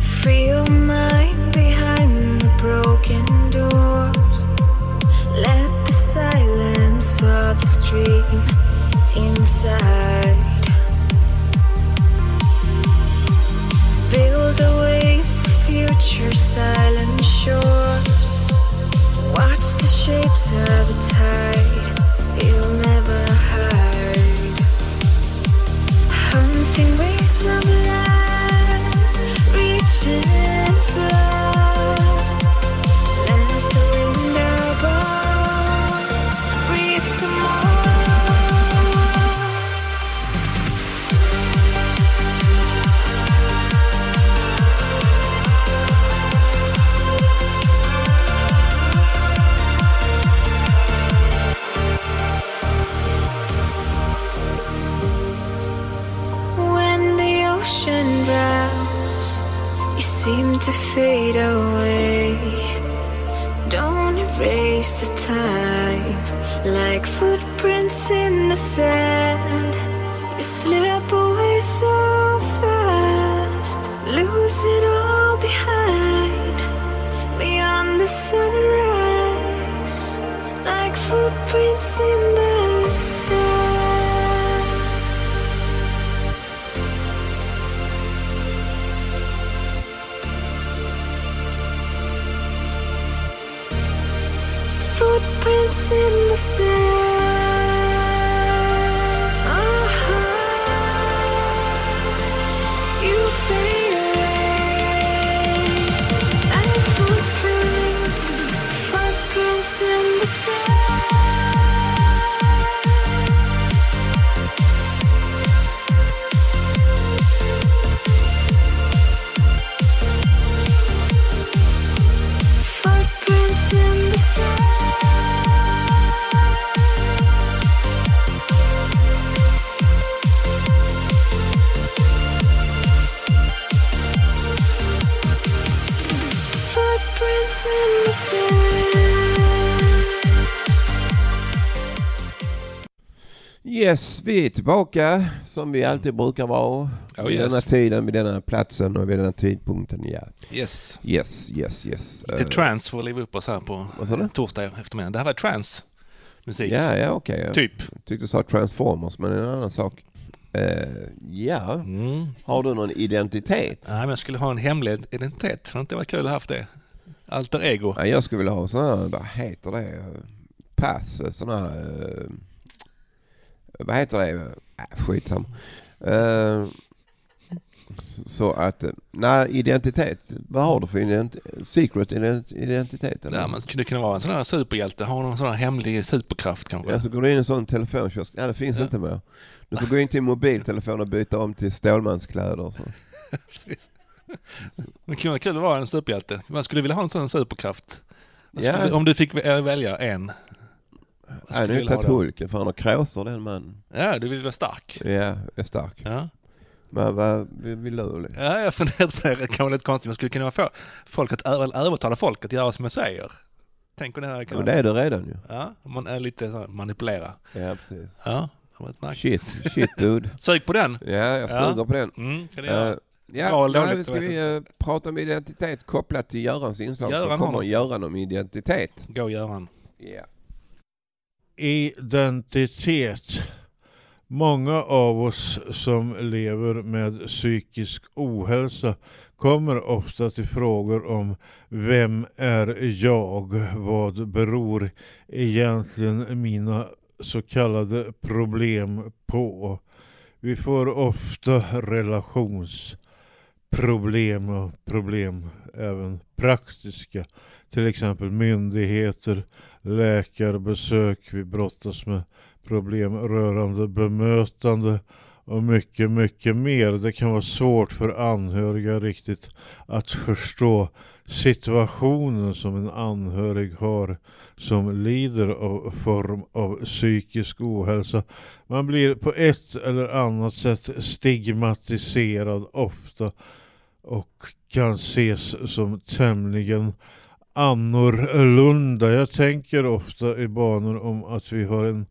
Speaker 5: Free your mind behind the broken doors. Let the silence of the stream inside. Build a way for future silent shores. Watch the shapes of the tide. You'll never hide. Hunting ways of life. Reaching flows, let the wind above breathe some more. When the ocean drowns, you seem to fade away. Don't erase the time like footprints in the sand. You slip away so fast, losing all behind. Beyond the sunrise, like footprints in the sand. Footprints in the sand. Uh-huh. You fade away. And footprints, footprints in the sand. Footprints in the sand. Footprints in the sand.
Speaker 1: Yes, vi är tillbaka som vi alltid brukar vara.
Speaker 2: Oh,
Speaker 1: vid
Speaker 2: yes.
Speaker 1: denna tiden, vid denna platsen och vid denna tidpunkten. Ja.
Speaker 2: Yes.
Speaker 1: Yes, yes, yes.
Speaker 2: Lite
Speaker 1: Eh,
Speaker 2: trans för att leva upp oss här på torsdag eftermiddag. Det här var trans musik.
Speaker 1: Ja, ja okej. Jag
Speaker 2: Typ.
Speaker 1: tyckte du sa Transformers, men det är en annan sak. Eh, ja,
Speaker 2: Mm.
Speaker 1: har du någon identitet?
Speaker 2: Nej, men jag skulle ha en hemlig identitet. Det hade inte varit kul att haft det. Alter ego.
Speaker 1: Ja, jag skulle vilja ha sådana här, vad heter det, pass, sådana här, eh, vad heter det, äh, skitsamma. Eh, Så att, eh, nej identitet. Vad har du för identitet? Secret ident- identitet? Eller?
Speaker 2: Ja, man skulle kunna vara en sån här superhjälte, ha någon sån här hemlig superkraft kanske.
Speaker 1: Ja, så Alltså, går du in i en sån telefonkiosk. Ja, det finns inte mer. Du får gå in till en mobiltelefon och byta om till Stålmanskläder. och Så.
Speaker 2: Precis. Det kunde vara kul att vara en superhjälte. Man skulle vilja ha en sån superkraft. Vad
Speaker 1: Ja.
Speaker 2: Skulle, Om du fick vä- välja en. Vad
Speaker 1: Jag hade
Speaker 2: skulle du
Speaker 1: nog
Speaker 2: vilja ha
Speaker 1: tagit
Speaker 2: då?
Speaker 1: Hulken för han har kråsor den mannen.
Speaker 2: Ja, du vill vara stark.
Speaker 1: Ja, jag är stark.
Speaker 2: Ja.
Speaker 1: Men vad vill vill du? liksom?
Speaker 2: Ja, jag funderar på det. Det kan vara lite konstigt. Man skulle kunna få folk att ö- övertala folk att göra som jag säger. Tänk om det här kan
Speaker 1: Men det är du redan ju.
Speaker 2: Ja, man är lite så här, manipulera.
Speaker 1: Ja, precis.
Speaker 2: Ja, det har varit nice.
Speaker 1: Shit, shit dude.
Speaker 2: Sug på den.
Speaker 1: Ja, jag
Speaker 2: Ja.
Speaker 1: suger på den.
Speaker 2: Mm, kan du
Speaker 1: Eh,
Speaker 2: göra? Bra
Speaker 1: ja,
Speaker 2: eller
Speaker 1: nej,
Speaker 2: dåligt,
Speaker 1: nu ska
Speaker 2: jag vet
Speaker 1: vi eh, prata om identitet kopplat till Görans inslag. så
Speaker 2: Göran har
Speaker 1: kommer
Speaker 2: något.
Speaker 1: Göran om identitet.
Speaker 2: Gå Göran.
Speaker 25: identitet. Många av oss som lever med psykisk ohälsa kommer ofta till frågor om vem är jag? Vad beror egentligen mina så kallade problem på? Vi får ofta relationsproblem och problem även praktiska. Till exempel myndigheter, läkarbesök, vi brottas med problem rörande bemötande och mycket, mycket mer. Det kan vara svårt för anhöriga riktigt att förstå situationen som en anhörig har som lider av form av psykisk ohälsa. Man blir på ett eller annat sätt stigmatiserad ofta och kan ses som tämligen annorlunda. Jag tänker ofta i banor om att vi har en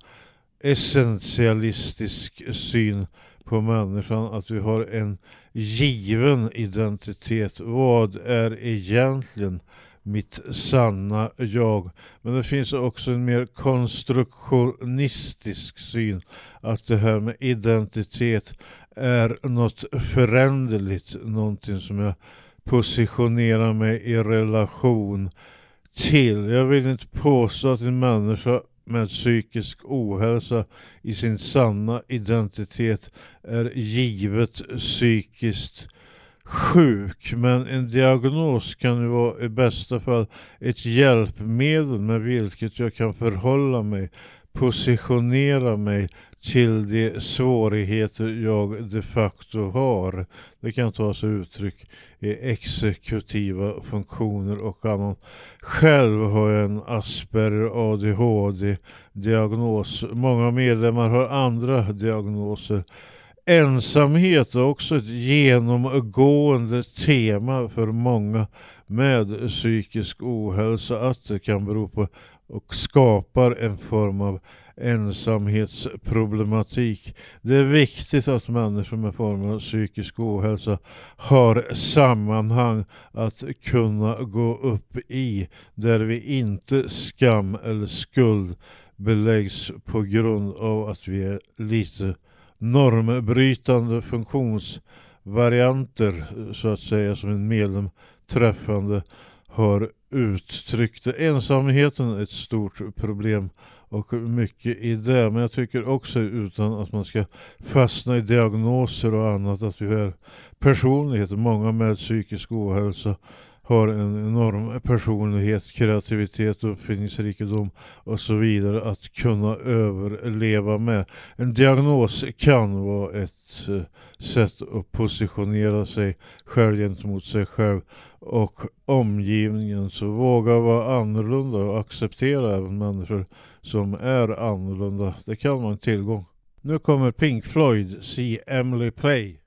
Speaker 25: essentialistisk syn på människan, att vi har en given identitet. Vad är egentligen mitt sanna jag? Men det finns också en mer konstruktionistisk syn, att det här med identitet är något föränderligt, någonting som jag positionera mig i relation till. Jag vill inte påstå att en människa med psykisk ohälsa i sin sanna identitet är givet psykiskt sjuk. Men en diagnos kan ju vara i bästa fall ett hjälpmedel med vilket jag kan förhålla mig, positionera mig till de svårigheter jag de facto har. Det kan ta sig uttryck i exekutiva funktioner och annat. Själv har jag en Asperger ADHD-diagnos. Många medlemmar har andra diagnoser. Ensamhet är också ett genomgående tema för många med psykisk ohälsa. Att det kan bero på och skapar en form av ensamhetsproblematik. Det är viktigt att människor med form av psykisk ohälsa har sammanhang att kunna gå upp i där vi inte skam eller skuld beläggs på grund av att vi är lite normbrytande funktionsvarianter så att säga som en medlem träffande har uttryckt. Ensamheten är ett stort problem och mycket i det. Men jag tycker också utan att man ska fastna i diagnoser och annat att vi är personligheter. Många med psykisk ohälsa har en enorm personlighet, kreativitet, uppfinningsrikedom och så vidare att kunna överleva med. En diagnos kan vara ett eh, sätt att positionera sig själv gentemot sig själv och omgivningen. Så våga vara annorlunda och acceptera även människor som är annorlunda. Det kan vara en tillgång. Nu kommer Pink Floyd, See Emily Play.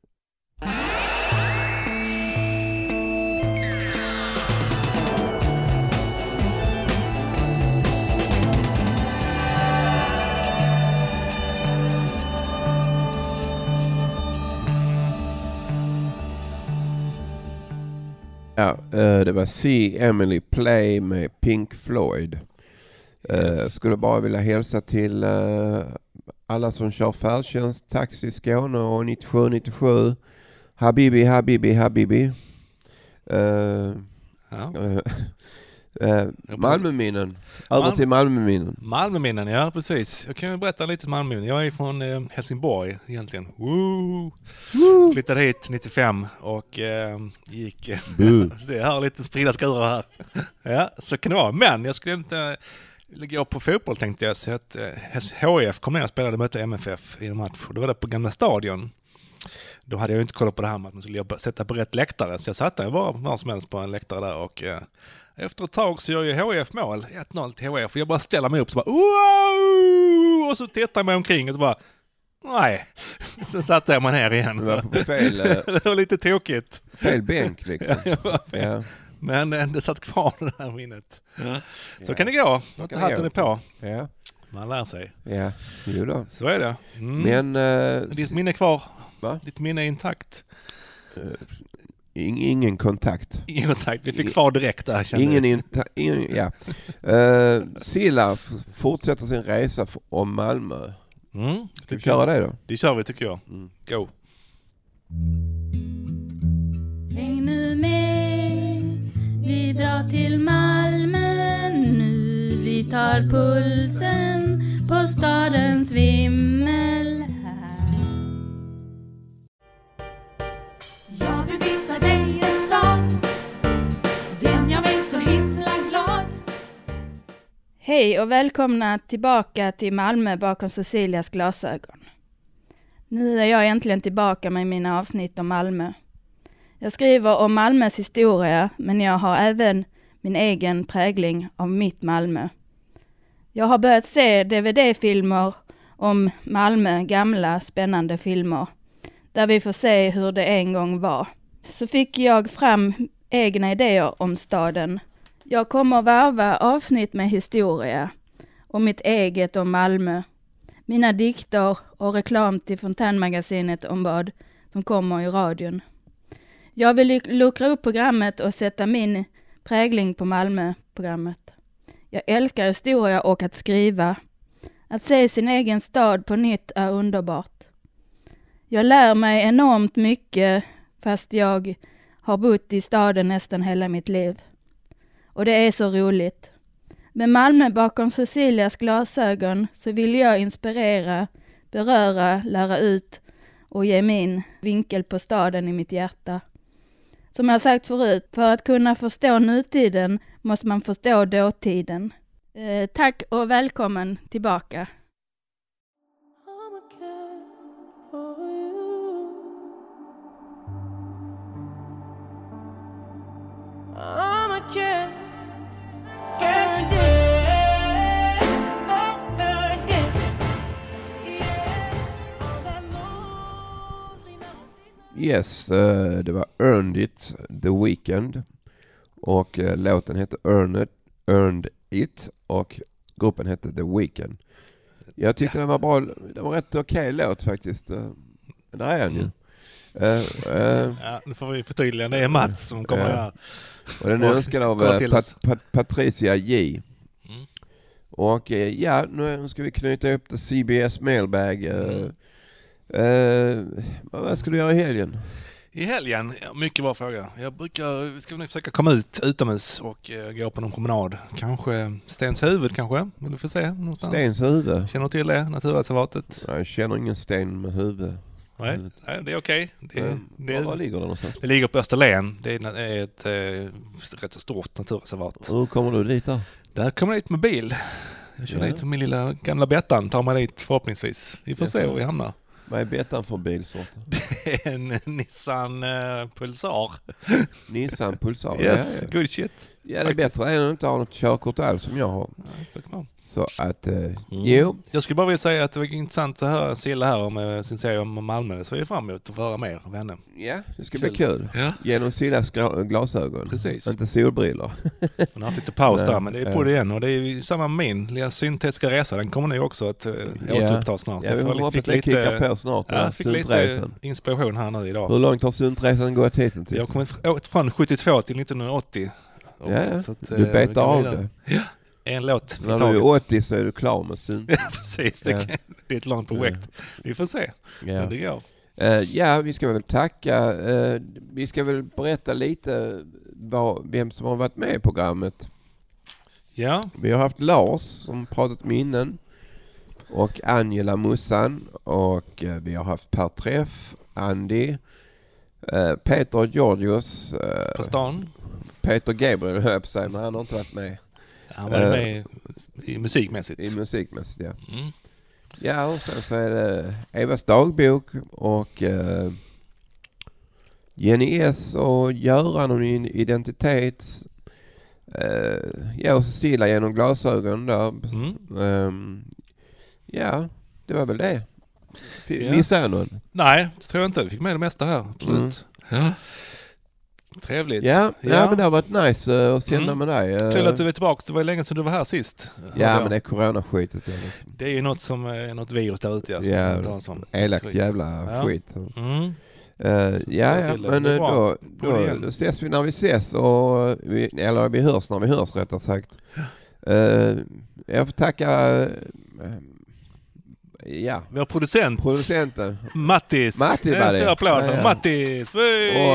Speaker 1: Ja, eh, det var See Emily Play med Pink Floyd. Yes. skulle bara vilja hälsa till eh, alla som kör färdtjänst, Taxi Skåne och 9797. Habibi, Habibi, Habibi. Eh, eh, Eh, Malmöminnen. Över
Speaker 2: Malm-
Speaker 1: till Malmöminnen.
Speaker 2: Malmöminnen, ja precis. Jag kan ju berätta lite om Malmöminnen. Jag är från eh, Helsingborg egentligen. Woo! Flyttade hit 95 och eh, gick...
Speaker 1: Boo.
Speaker 2: Se här, lite spridda skurar här. ja, så kan det vara. Men jag skulle inte gå på fotboll tänkte jag. Så att eh, HIF kom ner och spelade och mötte MFF i en match. Och Då var det på Gamla Stadion. Då hade jag ju inte kollat på det här med att man skulle jobba- sätta på rätt läktare. Så jag satte mig bara var som helst på en läktare där och eh, efter ett tag så gör ju HIF mål. 1-0 till HIF. Och jag bara ställer mig upp så bara wow! Och så tittar jag mig omkring och så bara nej. Sen satte jag mig ner igen.
Speaker 1: Det var på fel, eh,
Speaker 2: det var lite tokigt.
Speaker 1: fel bänk, liksom.
Speaker 2: ja, det var fel.
Speaker 1: Ja.
Speaker 2: Men eh, det satt kvar det här minnet.
Speaker 1: Ja.
Speaker 2: Så
Speaker 1: Ja.
Speaker 2: kan det gå.
Speaker 1: Så
Speaker 2: Att
Speaker 1: kan det
Speaker 2: hatten
Speaker 1: gå.
Speaker 2: är på.
Speaker 1: Ja.
Speaker 2: Man lär sig.
Speaker 1: Ja, jo då.
Speaker 2: Så är det. Mm.
Speaker 1: Men... eh,
Speaker 2: Ditt minne är kvar.
Speaker 1: Va?
Speaker 2: Ditt minne är intakt.
Speaker 1: Eh, Ing- ingen kontakt.
Speaker 2: Ingen kontakt. Vi fick svar direkt där, kände
Speaker 1: Ingen
Speaker 2: vi.
Speaker 1: inta- ingen, ja. Eh, Silla f- fortsätter sin resa f- om Malmö.
Speaker 2: Mm.
Speaker 1: Ska vi köra det då? Mm.
Speaker 2: Det kör vi tycker jag. Go.
Speaker 26: Häng nu med, vi drar till Malmö nu. Vi tar pulsen på stadens vimmel här.
Speaker 10: Jag vill visa dig en stad Den jag blev så himla glad
Speaker 26: Hej och välkomna tillbaka till Malmö bakom Cecilias glasögon. Nu är jag äntligen tillbaka med mina avsnitt om Malmö. Jag skriver om Malmös historia, men jag har även min egen prägling av mitt Malmö. Jag har börjat se DVD-filmer om Malmö, gamla spännande filmer, där vi får se hur det en gång var. Så fick jag fram egna idéer om staden. Jag kommer varva avsnitt med historia och mitt eget om Malmö, mina dikter och reklam till Fontänmagasinet om vad som kommer i radion. Jag vill lu- luckra upp programmet och sätta min prägling på Malmö-programmet. Jag älskar historia och att skriva. Att se sin egen stad på nytt är underbart. Jag lär mig enormt mycket fast jag har bott i staden nästan hela mitt liv. Och det är så roligt. Med Malmö bakom Cecilias glasögon så vill jag inspirera, beröra, lära ut och ge min vinkel på staden i mitt hjärta. Som jag sagt förut, för att kunna förstå nutiden måste man förstå dåtiden. Eh, tack och välkommen tillbaka.
Speaker 5: I'm a kid. Birthday. Birthday.
Speaker 1: Yes, eh, det var Earned It, The Weeknd. Och eh, låten hette Earned It, Earned It och gruppen hette The Weeknd. Jag tyckte den var bra, den var rätt okej låt faktiskt. Eh, Där är han ju.
Speaker 2: Mm.
Speaker 1: Eh, eh,
Speaker 2: Ja, nu får vi förtydliga. Det är Mats som kommer
Speaker 1: Ja.
Speaker 2: här.
Speaker 1: Och den är önskad av
Speaker 2: kommer
Speaker 1: eh,
Speaker 2: till oss.
Speaker 1: Pat- Pat- Patricia J.
Speaker 2: Mm.
Speaker 1: Och eh, ja, nu ska vi knyta upp till CBS mailbag.
Speaker 2: Mm.
Speaker 1: eh. Eh, vad vad ska du göra i helgen?
Speaker 2: I helgen, ja, mycket bra fråga. Jag brukar, ska vi nog försöka komma ut utomhus och eh, gå på någon promenad. Kanske Stenshuvud kanske? Vill du få se någonstans?
Speaker 1: Stens huvud?
Speaker 2: Känner du till det? Naturreservatet?
Speaker 1: Nej, jag känner ingen sten med huvud.
Speaker 2: Nej, nej det är okej. Det,
Speaker 1: Mm. Var- var ligger det någonstans?
Speaker 2: Det ligger på Österlen. Det är na- är ett eh, rätt så stort naturreservat.
Speaker 1: Hur kommer du dit då?
Speaker 2: Där kommer jag dit med bil. Jag kör
Speaker 1: Ja.
Speaker 2: dit med min lilla gamla Bettan. Tar mig dit förhoppningsvis. Vi får se var vi hamnar.
Speaker 1: Vad är Bettan för bilsort?
Speaker 2: En Nissan eh, Pulsar.
Speaker 1: Nissan Pulsar?
Speaker 2: Yes,
Speaker 1: Ja, ja.
Speaker 2: good shit.
Speaker 1: Ja, det är bättre än att inte ha något körkort alls som jag har.
Speaker 2: så kan man. Mm.
Speaker 1: Så att, eh, jo.
Speaker 2: Jag skulle bara vilja säga att det var intressant att höra Silla här om eh, sin serie om Malmö. Det ser vi fram emot att få höra mer av henne.
Speaker 1: Ja, det ska bli kul. Genom Sillas gra- glasögon.
Speaker 2: Precis.
Speaker 1: Inte solbrillor.
Speaker 2: Hon har haft lite paus
Speaker 1: Nej,
Speaker 2: där, men det är
Speaker 1: ja.
Speaker 2: på det igen. Och det är ju samma med min lilla syntetiska resa. Den kommer nog också att äh, återuppta snart.
Speaker 1: Ja, vi
Speaker 2: får-
Speaker 1: hoppas det kickar på snart, den här
Speaker 2: Ja, fick lite
Speaker 1: syntresan.
Speaker 2: inspiration här nu idag.
Speaker 1: Hur långt har syntresan gått hittills?
Speaker 2: Jag har kommit fr- åkt från 72 till 1980. Och
Speaker 1: Ja, ja.
Speaker 2: så att,
Speaker 1: Du
Speaker 2: eh, vi
Speaker 1: betar
Speaker 2: går
Speaker 1: av
Speaker 2: vidare. Ja, en låt
Speaker 1: När du är 80 så är du klar med synt.
Speaker 2: Ja, precis. Det,
Speaker 1: Ja.
Speaker 2: kan- det är ett långt projekt. Vi får se
Speaker 1: Ja.
Speaker 2: hur det går.
Speaker 1: Eh, ja, vi ska väl tacka. Eh, vi ska väl berätta lite vad, vem som har varit med i programmet.
Speaker 2: Ja.
Speaker 1: Vi har haft Lars som pratat minnen. Och Angela Mussan. Och eh, vi har haft Per Träff, Andy, eh, Peter Georgios. Eh,
Speaker 2: På stan.
Speaker 1: Peter Gabriel höll jag på att säga, men han har inte varit med.
Speaker 2: Han var ju
Speaker 1: Eh,
Speaker 2: med i musikmässigt.
Speaker 1: I musikmässigt ja.
Speaker 2: Mm.
Speaker 1: Ja och sen så är det Evas dagbok och eh, Jenny S och Göran om din identitet. Eh, ja och Cecilia genom glasögon där.
Speaker 2: Mm.
Speaker 1: Ehm, ja, det var väl det. F-
Speaker 2: Ja.
Speaker 1: Missade jag någon? Mm.
Speaker 2: Nej, det tror jag inte. Vi fick med det mesta här. Absolut. Ja. Trevligt.
Speaker 1: Ja, ja. men det har varit nice eh, att känna
Speaker 2: Mm.
Speaker 1: med dig. eh.
Speaker 2: Kul att du är tillbaka. Det var ju länge sedan du var här sist.
Speaker 1: Ja men det är coronaskitet. ja, liksom.
Speaker 2: Det är ju något som är något virus där ute. Alltså.
Speaker 1: Ja, elakt
Speaker 2: Skit.
Speaker 1: jävla
Speaker 2: ja.
Speaker 1: skit.
Speaker 2: Mm.
Speaker 1: Eh, ja, ja,
Speaker 2: till det.
Speaker 1: men
Speaker 2: Det är
Speaker 1: eh,
Speaker 2: bra.
Speaker 1: då,
Speaker 2: På det
Speaker 1: då,
Speaker 2: igen.
Speaker 1: då ses vi när vi ses, och vi, eller vi hörs när vi hörs rättare sagt. Eh, jag får tacka eh, ja.
Speaker 2: Vår producent.
Speaker 1: producenten.
Speaker 2: Mattis.
Speaker 1: Matti
Speaker 2: En
Speaker 1: var
Speaker 2: stor
Speaker 1: det.
Speaker 2: applåd
Speaker 1: Ja,
Speaker 2: för
Speaker 1: ja.
Speaker 2: Mattis. Hej!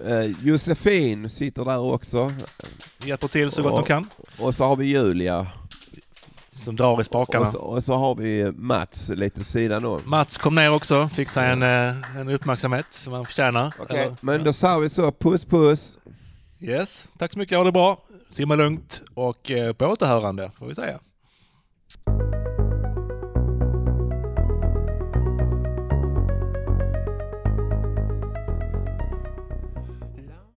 Speaker 1: Och eh, Josefin sitter där också.
Speaker 2: Hjälper till så gott
Speaker 1: Och-
Speaker 2: de kan.
Speaker 1: Och så har vi Julia.
Speaker 2: Som drar i spakarna.
Speaker 1: Och så, och så har vi Mats lite vid sidan om.
Speaker 2: Mats kom ner också. Fick sig en, eh, en uppmärksamhet som han förtjänar.
Speaker 1: Okej,
Speaker 2: Eller-
Speaker 1: men då säger vi så, puss puss.
Speaker 2: Yes, tack så mycket. Ha det bra. Simma lugnt och eh, på återhörande får vi säga.